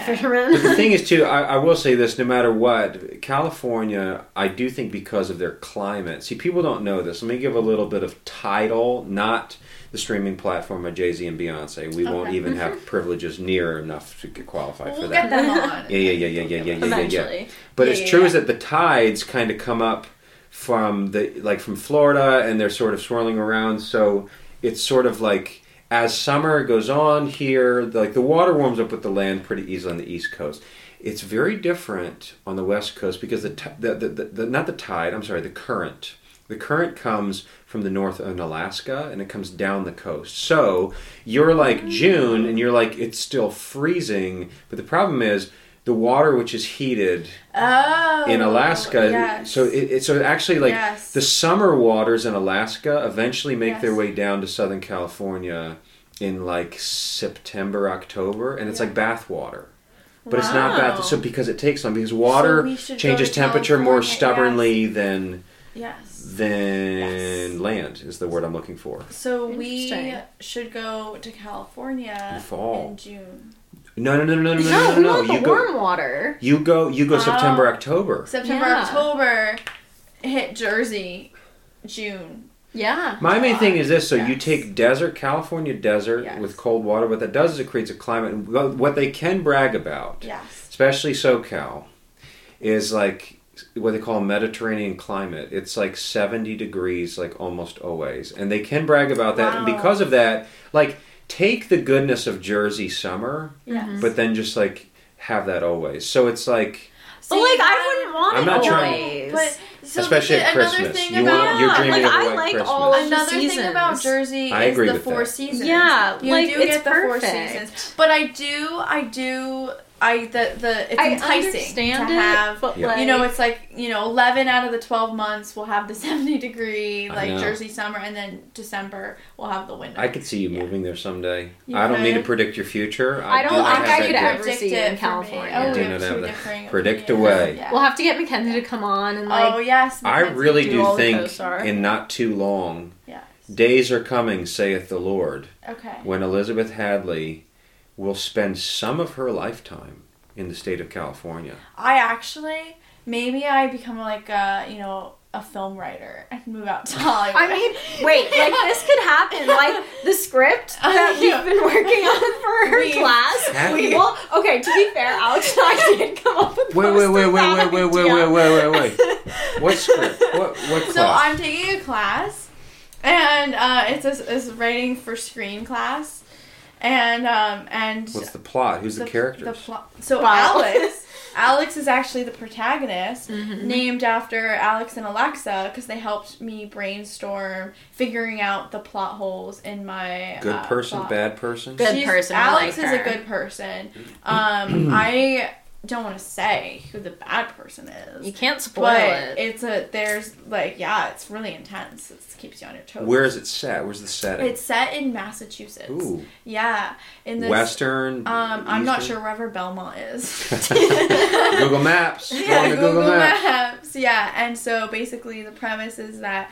*laughs* But the *laughs* fisherman. thing is, too, I, I will say this: no matter what, California, I do think because of their climate. See, people don't know this. Let me give a little bit of title, not the streaming platform of Jay Z and Beyonce. We won't Okay. Mm-hmm. even have privileges near enough to get- qualify for we'll that. get them *laughs* on. Yeah, yeah, yeah, yeah, yeah, yeah, yeah, yeah, yeah. Eventually. But Yeah, it's yeah, true yeah. is that the tides kind of come up from the like from Florida, and they're sort of swirling around. So it's sort of like as summer goes on here, like the water warms up with the land pretty easily on the East Coast. It's very different on the West Coast because the, t- the, the, the, the not the tide, I'm sorry, the current. The current comes from the north in Alaska and it comes down the coast. So you're like Mm. June and you're like, it's still freezing. But the problem is the water, which is heated Oh. in Alaska, yes. so it, it so actually like Yes. the summer waters in Alaska eventually make their Yes. way down to Southern California in like September, October, and it's Yeah. like bath water. But it's not Wow. bath so because it takes long because water we should go changes to temperature more California, yes. stubbornly than Yes. than Yes. land is the word I'm looking for. So we Interesting. should go to California In fall. in June. No no no no no no No, no we no, want no. you the go warm water. you go you go Oh. September, October. September, Yeah. October, hit Jersey, June. Yeah. My main God. thing is this: so you Yes. take desert, California desert, Yes. with cold water. What that does is it creates a climate. And what what they can brag about, Yes. especially SoCal, is like what they call Mediterranean climate. It's like seventy degrees, like almost always, and they can brag about that. And Wow. because of that, like take the goodness of Jersey summer, Mm-hmm. Yes. but then just like have that always. So it's like But like I wouldn't want I'm it not always. trying- But so Especially the- at another Christmas. thing You about, want- you're dreaming like, of a I white like Christmas. all of Another the seasons. thing about Jersey I is agree the with four that. seasons. Yeah, you like, do it's get the four perfect. seasons, but I do, I do, I the the it's I enticing to understand it, have. but Yeah. like you know, it's like you know, eleven out of the twelve months we'll have the *laughs* seventy degree I like know. Jersey summer, and then December we'll have the winter. I could see you moving there someday. You I don't mean to could. predict your future. I don't do not have think I that could gift. ever see Oh, Predict it you in for me. California. Oh, I we do not have have two that. differing Predict opinions. away. Yeah. we'll have to get Mackenzie to come on and like oh yes, I Mackenzie, really do, all do the think coasts are. in not too long, Yes. days are coming, saith the Lord, Okay. when Elizabeth Hadley will spend some of her lifetime in the state of California. I actually maybe I become like a you know a film writer and move out to Hollywood. I mean, wait, like this could happen. Like the *laughs* script that I we've know. been working on for her We- class. we- well, okay. To be fair, Alex and *laughs* I did come up Wait, with wait, most wait, of wait, that wait, wait, wait, idea. wait, wait, wait, *laughs* What *laughs* script? What, what class? *laughs* so I'm taking a class, and uh, it's a, it's writing for screen class, and um and What's the plot? Who's the, characters? the pl- so Wow. Alex. Alex is actually the protagonist, named after Alex and Alexa, because they helped me brainstorm figuring out the plot holes in my Good uh, person, plot. bad person? Good. person, I Alex like is her. a good person. Um, *clears throat* I don't want to say who the bad person is. You can't spoil but it. it's a there's like yeah, it's really intense. It keeps you on your toes. Where is it set? Where's the setting? It's set in Massachusetts. Ooh, Yeah, in this. Western. Um, I'm not Eastern? sure wherever Belmont is. *laughs* *laughs* Google Maps. yeah, Going to Google, Maps. Maps. Yeah, and so basically the premise is that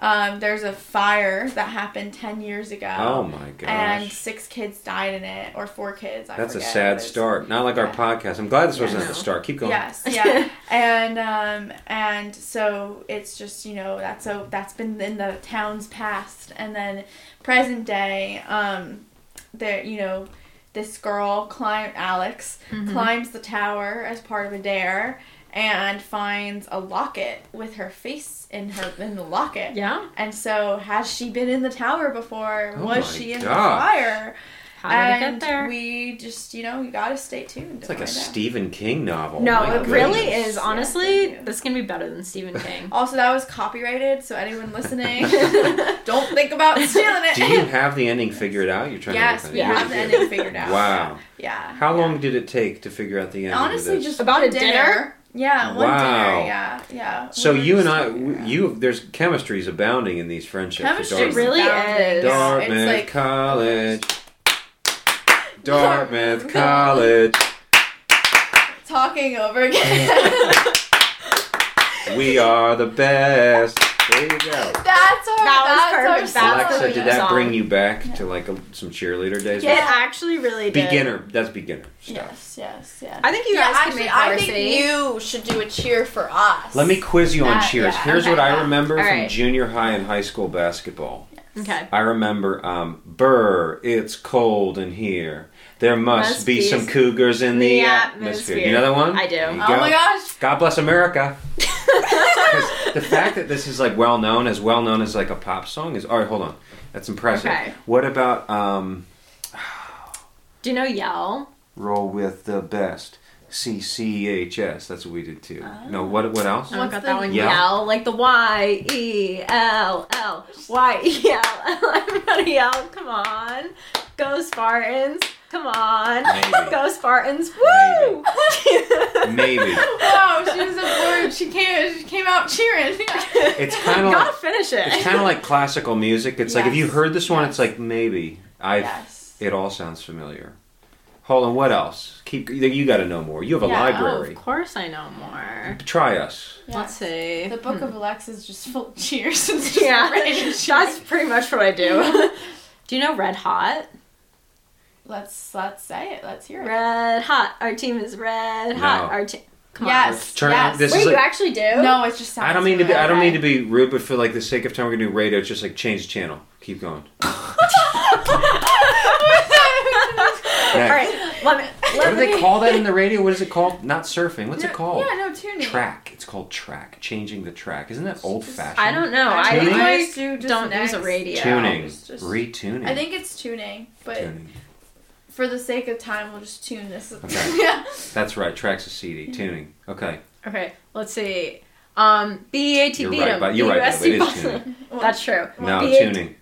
um, there's a fire that happened ten years ago. Oh my gosh. And six kids died in it, or four kids. I That's a forget. It sad was- start. Not like our Yeah. podcast. I'm glad this wasn't at No. the start. Keep going. Yes, yeah, and um, and so it's just you know that's so that's been in the town's past, and then present day, um, there you know, this girl climb Alex climbs the tower as part of a dare and finds a locket with her face in her in the locket. yeah. And so, has she been in the tower before? Oh Was my she in the gosh. fire? How did it and get there? we just, you know, you gotta stay tuned. It's to like a find out. Stephen King novel. no, My it really goodness. is. Yeah, Honestly, thank you. this can be better than Stephen King. Also, that was copyrighted, so anyone *laughs* listening, don't think about stealing *laughs* it. Do you have the ending figured out? You're trying *laughs* yes, to. we work on it. have the You're good. ending figured out. Wow. Yeah. How long did it take to figure out the ending? of Honestly, this? just About one a dinner? Yeah, one Wow. dinner. Yeah, yeah. So We were you just and I, talking w- about- you there's chemistries abounding in these friendships. at Chemistry Dartmouth. It really is. Dartmouth It's like *laughs* College. Dartmouth College. *laughs* talking over again. We are the best. There you go. *laughs* that's our. That was that's our perfect. Alexa, song. did that Song. bring you back to like a, some cheerleader days? It actually really did. beginner. That's beginner stuff. Yes, yes, yes. I think you yeah, guys actually, can make I varsity. think you should do a cheer for us. Let me quiz you on That- cheers. yeah, Here's okay, what I yeah. remember All from right. junior high and high school basketball. Okay. I remember, um, Burr, it's cold in here. There must, Must be, be some s- cougars in the, the atmosphere. atmosphere. You know that one? I do. There you Oh my gosh. God bless *laughs* America. 'Cause the fact that this is like well known, as well known as like a pop song, is all right. Hold on, that's impressive. Okay. What about um, Do you know Yell? roll with the best? C C H S. That's what we did too. Ah. No, what what else? Oh, I What's got the- that one. Yeah. Yell like the Y E L L Y E L L. *laughs* Everybody yell! Come on, go Spartans! Come on, Maybe. go Spartans! Woo! *laughs* Maybe. Wow, Oh, she was a word. She came. She came out cheering. *laughs* It's kind of gotta like finish it. it's kind of like classical music. It's like if you Yes. heard this one, it's like maybe I've. yes. It all sounds familiar. Hold on, what else? Keep you got to know more. You have a Yeah, oh, oh, of library. course I know more. Try us. yes. Let's see. Hmm. The book of Alexa is just full of cheers. *laughs* It's just *laughs* yeah, red. that's pretty much what I do. *laughs* do you know Red Hot? Let's let's say it. Let's hear it. Red Hot. Our team is Red No. Hot. Our team. Come on. Yes. Turn yes. this Wait, is you like- actually do? No, it's just. Sounds I don't mean to be. familiar. I *laughs* don't mean to be rude, but for like the sake of time, we're gonna do radio. It's just like change the channel. Keep going. *laughs* All right. Let me. What Let do me they call that *laughs* in the radio? What is it called? Not surfing. What's No, it called? Yeah, no tuning. Track. It's called track. Changing the track. Isn't that old fashioned? I don't know. I, Tuning? I Just do- just don't use a next. radio. Tuning. It's just- Retuning. I think it's tuning, but Tuning. for the sake of time, we'll just tune this. Okay. *laughs* yeah. That's right. Tracks a CD. Mm-hmm. Tuning. Okay. Okay. Let's see. Um, B A T You're B right. But you're right. Though. It is tuning. That's true. No B A T- tuning.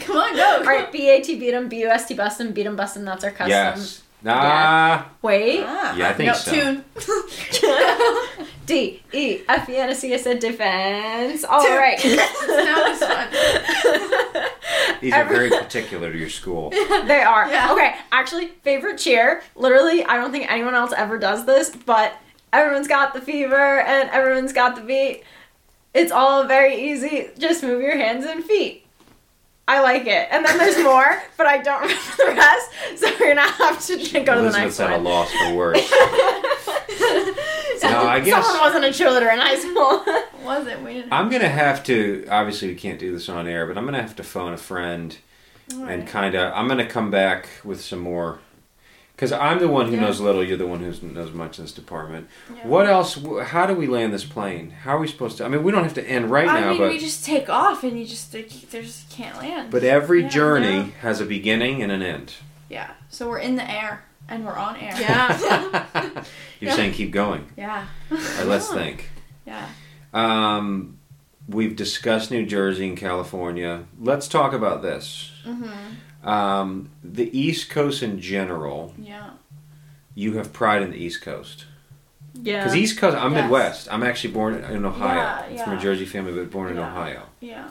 Come on, go. All right, B E A T beat 'em, B U S T bust 'em, beat 'em bust 'em. That's our custom. Yes. Ah. Wait. Ah. Yeah, I think no, so. *laughs* Tune. D E F E N S E S A *laughs* defense. All Two. right. *laughs* Now this These are very particular to your *laughs* school. They are. Yeah. Okay, actually, favorite cheer. Literally, I don't think anyone else ever does this, but everyone's got the fever and everyone's got the beat. It's all very easy. Just move your hands and feet. I like it. And *laughs* then there's more, but I don't remember the rest, so we're gonna have to go to the Elizabeth's next at a *laughs* one. loss *laughs* for words. No, I guess- Someone wasn't a cheerleader in *laughs* high school. Was it? We didn't. I'm gonna have to. Obviously, we can't do this on air, but I'm gonna have to phone a friend All and right. kind of. I'm gonna come back with some more, because I'm the one who Yeah. knows little. You're the one who knows much in this department. Yeah. What else? wh- How do we land this plane? How are we supposed to? I mean, we don't have to end right I now, mean, but we just take off and you just they, they just can't land. but every Yeah, journey no. has a beginning and an end. yeah, so we're in the air and we're on air. *laughs* You're saying keep going. yeah, *laughs* All right, let's think. yeah. Um, we've discussed New Jersey and California. Let's talk about this. Mhm. Um, the East Coast in general, Yeah. you have pride in the East Coast. yeah. Because East Coast, I'm Yes. Midwest. I'm actually born in Ohio. Yeah, It's from a yeah. Jersey family, but born in Yeah. Ohio. Yeah.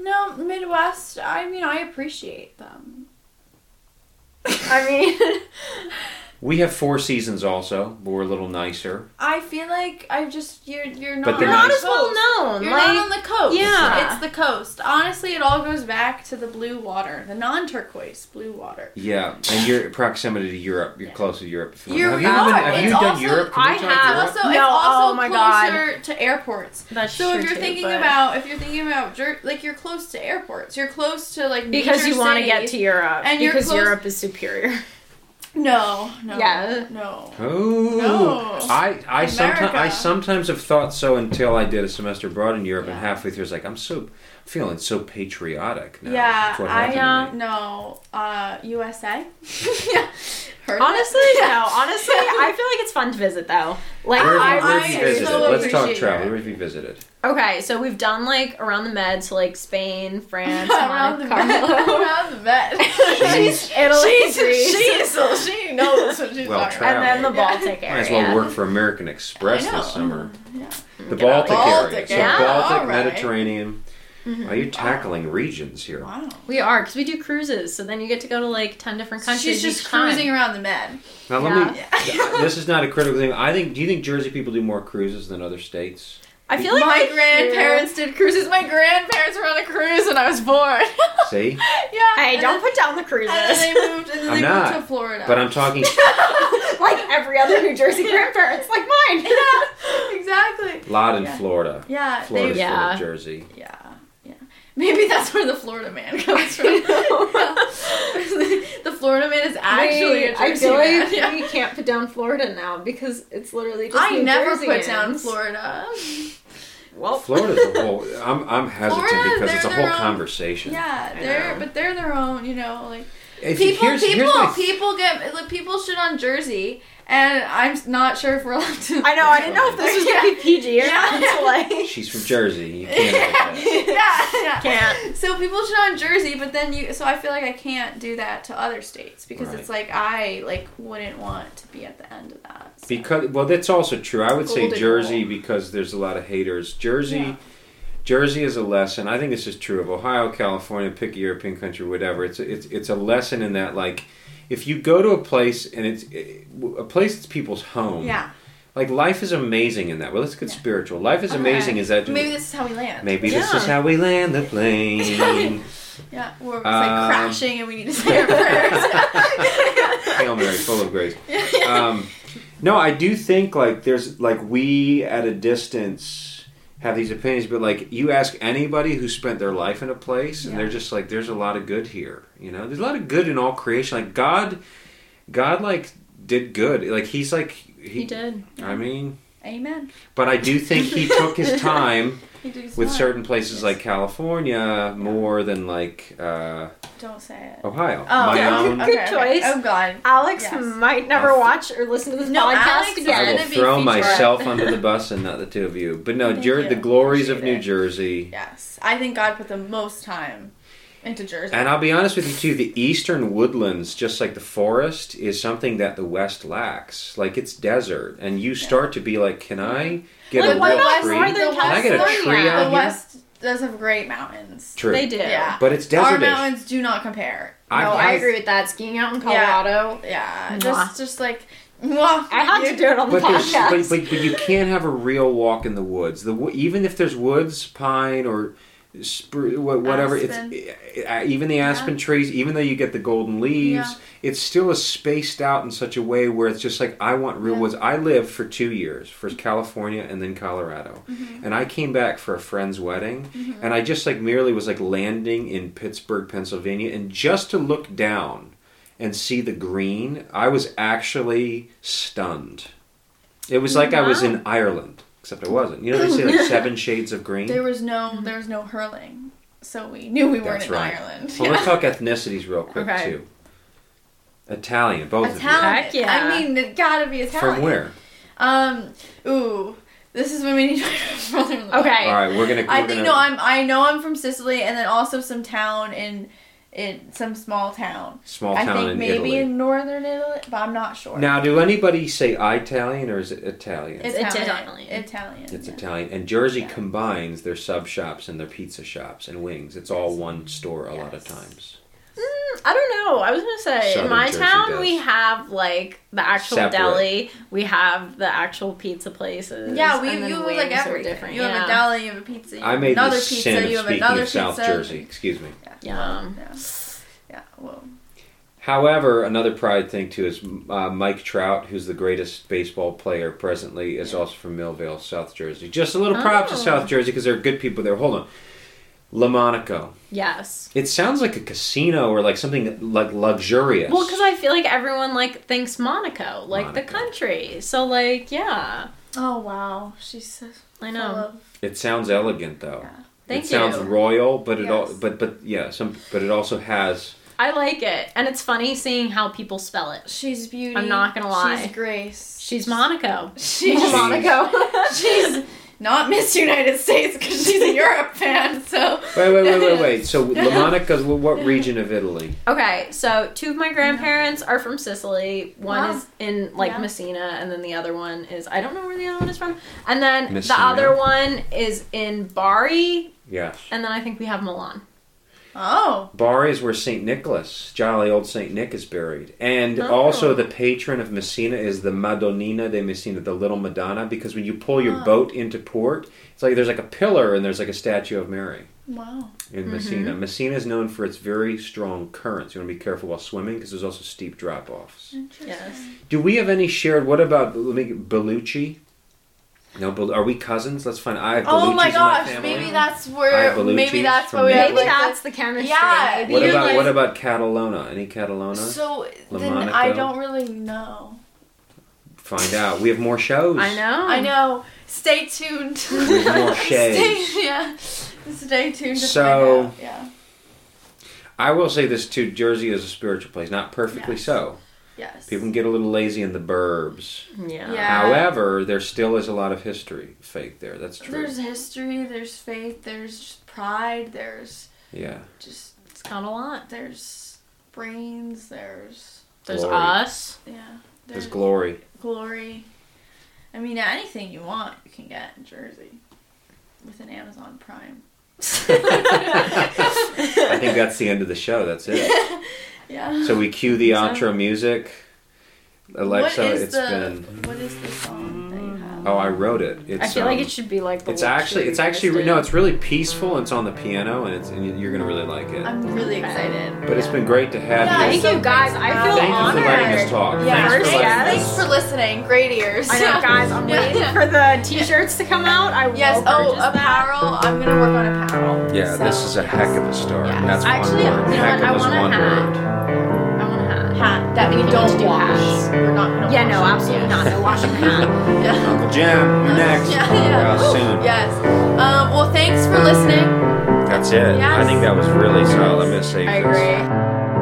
No, Midwest, I mean, I appreciate them. I mean, We have four seasons also, but we're a little nicer. I feel like I've just, you're, you're not, But *laughs* they're You're not nice. as well known. You're like, not on the coast. Yeah. It's the coast. Honestly, it all goes back to the blue water, the non turquoise blue water. Yeah, and your proximity to Europe. You're Yeah. close to Europe. If you You're- want. we have you, are. have It's you done also- Europe? Can I you talk have. Europe? Also, No, it's also oh my God. closer to airports. That's So if true you're too, thinking but- about if you're thinking about Jer- like you're close to airports, you're close to like because major you want to get cities. to Europe And you're because close- Europe is *laughs* superior. no no Yeah. no Oh, No. I I sometimes I America. sometimes have thought so until I did a semester abroad in Europe, and Yeah. halfway through, it's like I'm so feeling so patriotic now. yeah That's what I happened to me. uh, no uh USA *laughs* yeah Heard of it? *laughs* Honestly, *laughs* Yeah. no. Honestly, I feel like it's fun to visit though. Like Where have you, I where have you so visited? Let's talk appreciate travel. it. Where have you visited? *laughs* okay, so we've done like around the Med, so like *laughs* Spain, France, around the vet Monaco, *laughs* around the vet She's- *laughs* Italy, she's Greece, she's she knows what she's Well, talking travel. about and then the Yeah. Baltic area. Might as well work for American Express I know. Mm-hmm. this summer. yeah. The Get out Baltic, there. area, Baltic so area. Baltic, All right. Mm-hmm. Mediterranean. Are you tackling regions here? wow We are because we do cruises, so then you get to go to like ten different countries. she's just each time. cruising around the med Now let me. Yeah. this is not a critical thing. I think. Do you think Jersey people do more cruises than other states? I feel like my I- grandparents did *laughs* cruises. My grandparents were on a cruise when I was born. *laughs* See, yeah. Hey, and don't then- put down the And cruises. *laughs* then they moved. And then I'm they not, moved to Florida. but I'm talking like every other New Jersey grandparents, like mine. *laughs* yeah, exactly. a lot in Yeah. Florida. Yeah. Florida's Uh, They, Yeah. full of Jersey. yeah. Yeah. Maybe that's where the Florida man comes *laughs* from. *laughs* Yeah. the Florida man is actually a Wait, I Jersey feel like man. Yeah. we can't put down Florida now because it's literally just *laughs* I New never put Jerseyans. down Florida. Well, Florida's a whole. I'm I'm hesitant Florida, because it's a they're whole their own- conversation. Yeah, I they're know. but they're their own, you know, like If, people here's, people here's my people get like people shit on Jersey and I'm s- not sure if we're allowed to. *laughs* I know. I didn't know if this was gonna be PG or Yeah. not. so, *laughs* *laughs* like, She's from Jersey. You can't. Like that. *laughs* *laughs* yeah, yeah. can't. So people should on Jersey, but then you. So I feel like I can't do that to other states because it's like I like wouldn't want to be at the end of that. so. Because well, that's also true. I would say Golden Jersey rule. because there's a lot of haters. Jersey, Yeah. Jersey is a lesson. I think this is true of Ohio, California, pick a European country, whatever. It's it's it's a lesson in that like if you go to a place and it's a place that's people's home. yeah, Like life is amazing in that. Well, let's get Yeah. spiritual. Life is Okay. amazing. Is that maybe this is how we land. Maybe this Yeah. is how we land the plane. Yeah, or it's like Um, crashing and we need to say *laughs* our prayers. *laughs* Hail Mary, full of grace. Um, no, I do think like there's like we at a distance have these opinions, but like you ask anybody who spent their life in a place, and Yeah. they're just like, there's a lot of good here. You know, there's a lot of good in all creation. Like God, God like did good. Like He's like he, did. I mean, Amen. but I do think He took His time He did his with part. certain places Yes. like California more than like uh, Don't say it. Ohio. Oh, My *laughs* yeah. own. Good choice. Oh God. Alex Yes. might never I'll- watch or listen to this No, podcast Alex is I gonna will again. be throw featured. myself under *laughs* the bus and not the two of you. But no, Thank Jer- you. the glories of Appreciate New it. Jersey. Yes, I think God put the most time into Jersey. And I'll be honest with you too, the eastern woodlands, just like the forest, is something that the West lacks. Like it's desert, and you start to be like, "Can I get Like, a why real not tree? northern Can I get a California? tree the out here?" West does have great mountains. True, They do. Yeah. but it's Our desertish. mountains do not compare. I- No, I- Oh, I agree with that. Skiing out in Yeah. Colorado. Yeah, Mwah. just just like mwah, I had to do it on the But, there's, podcast. but, but but you can't have a real walk in the woods. The wo- even if there's woods, pine or spru- wha- whatever, it's uh, even the aspen trees. Even though you get the golden leaves, it's still is spaced out in such a way where it's just like I want real Yeah. woods. I lived for two years, first California and then Colorado, and I came back for a friend's wedding, and I just like merely was like landing in Pittsburgh, Pennsylvania, and just to look down. And see the green, I was actually stunned. It was like I was Wow. in Ireland, except I wasn't. You know, they say *laughs* like seven shades of green. There was no there was no hurling, so we knew we weren't That's in right. Ireland. well, let's talk ethnicities real quick Okay. too. Italian, both Italian. Heck yeah. I mean, it gotta be of you. Italian. From where? Um. Ooh, this is when we need to brother-in-law. Okay. All right, we're gonna. We're I gonna, think no, I'm I know I'm from Sicily, and then also some town in in some small town. small I town think in maybe Italy. in northern Italy, but I'm not sure. Now, do anybody say Italian or is it Italian? it's It's Italian. Italian. Italian. It's yeah. Italian. And Jersey Yeah. combines their sub shops and their pizza shops and wings. It's all one store a lot of Yes. times. Mm, I don't know. I was gonna say Southern in my Jersey town does. we have like the actual Separate. deli, we have the actual pizza places. Yeah, and we then you wings like are everything. different. You yeah. have a deli, you have a pizza, you I have made another the sin pizza, of you have speaking another of pizza. South Jersey. Excuse me. Yeah. Yum. Yeah. Yeah. Well. However, another pride thing too is uh, Mike Trout, who's the greatest baseball player presently, is also from Millvale, South Jersey. Just a little props Oh. to South Jersey because they're good people there. Hold on, Lamonaco. Yes. It sounds like a casino or like something like luxurious. Well, because I feel like everyone like thinks Monaco, like the Monaco. country. So like, yeah, Oh wow, she's so. uh, I know. it sounds elegant though. Yeah. Thank it sounds you. royal, but it all Yes. but but yeah, some but it also has I like it, and it's funny seeing how people spell it. She's beauty. I'm not gonna lie. She's grace. She's Monaco. She's She's- *laughs* She's not Miss United States because she's a Europe fan. So Wait, wait, wait, wait, wait. So *laughs* Lamonaco's wh- what region of Italy? Okay, so two of my grandparents are from Sicily. One Wow. is in like Yeah. Messina, and then the other one is I don't know where the other one is from. And then Messina. the other one is in Bari, Yes. and then I think we have Milan. oh, Bar is where St. Nicholas, jolly old St. Nick, is buried. And Oh. also, the patron of Messina is the Madonnina de Messina, the little Madonna, because when you pull your Oh. boat into port, it's like there's like a pillar and there's like a statue of Mary wow. in Messina. Messina is known for its very strong currents. You want to be careful while swimming because there's also steep drop Mm. offs. Yes. Do we have any shared? What about, let me, Bellucci? No, Bel- are we cousins? Let's find. I have Bellucci's Oh my gosh, in my family. maybe that's I where. believe Maybe she's that's from where we Yeah, have. Maybe Naples. Like that's the- the chemistry. Yeah, Maybe What you're, about like- what about Catalona? Any Catalona? so then Lamonaco. I don't really know. Find out. We have more shows. I know. I know. Stay tuned. Hmm. There's more shades. *laughs* Stay, yeah. Stay tuned. To So- find out. yeah. I will say this too: Jersey is a spiritual place, not perfectly Yes. so. Yes. People can get a little lazy in the burbs. Yeah. Yeah. However, there still is a lot of history fake there. That's true. There's history. There's faith. There's just pride. There's yeah. just It's got a lot. there's brains. There's There's Glory. us. yeah. There's glory. glory. I mean, anything you want, you can get in Jersey with an *laughs* Amazon Prime. *laughs* I think that's the end of the show. That's *laughs* it. Yeah. So we cue the Exactly. outro music. Alexa, what is it's the been. what is the song that you have? Oh, I wrote it. It's, I feel like um, it should be like the It's one actually, she it's actually, just re- no, did. it's really peaceful. It's on the piano, and it's, and you- you're gonna really like it. I'm really excited. But it's been great to have Yeah, you. Thank you guys. I feel Thank you honored. for letting us talk. Yeah. Thanks for Yes. letting Thanks us. for listening. Great ears. I know, guys. I'm Yeah. waiting for the t-shirts to come out. I *laughs* will Yes. Oh, purchase that. apparel. I'm gonna work on apparel. Yeah, this So, is a yes. heck of a start. Yes. That's one Actually, word. you know heck what? I of is want a one hat. word. I want a hat. Hat that we We need to don't do wash. hats. We're not gonna. Yeah, wash no, them. absolutely not. No washing hat. *laughs* Yeah. Uncle Jim, you're next. Yeah, yeah. Well, soon. Yes. Um, well, thanks for listening. That's it. I Yes. think that was really solid. I'm gonna save *laughs* I this. agree.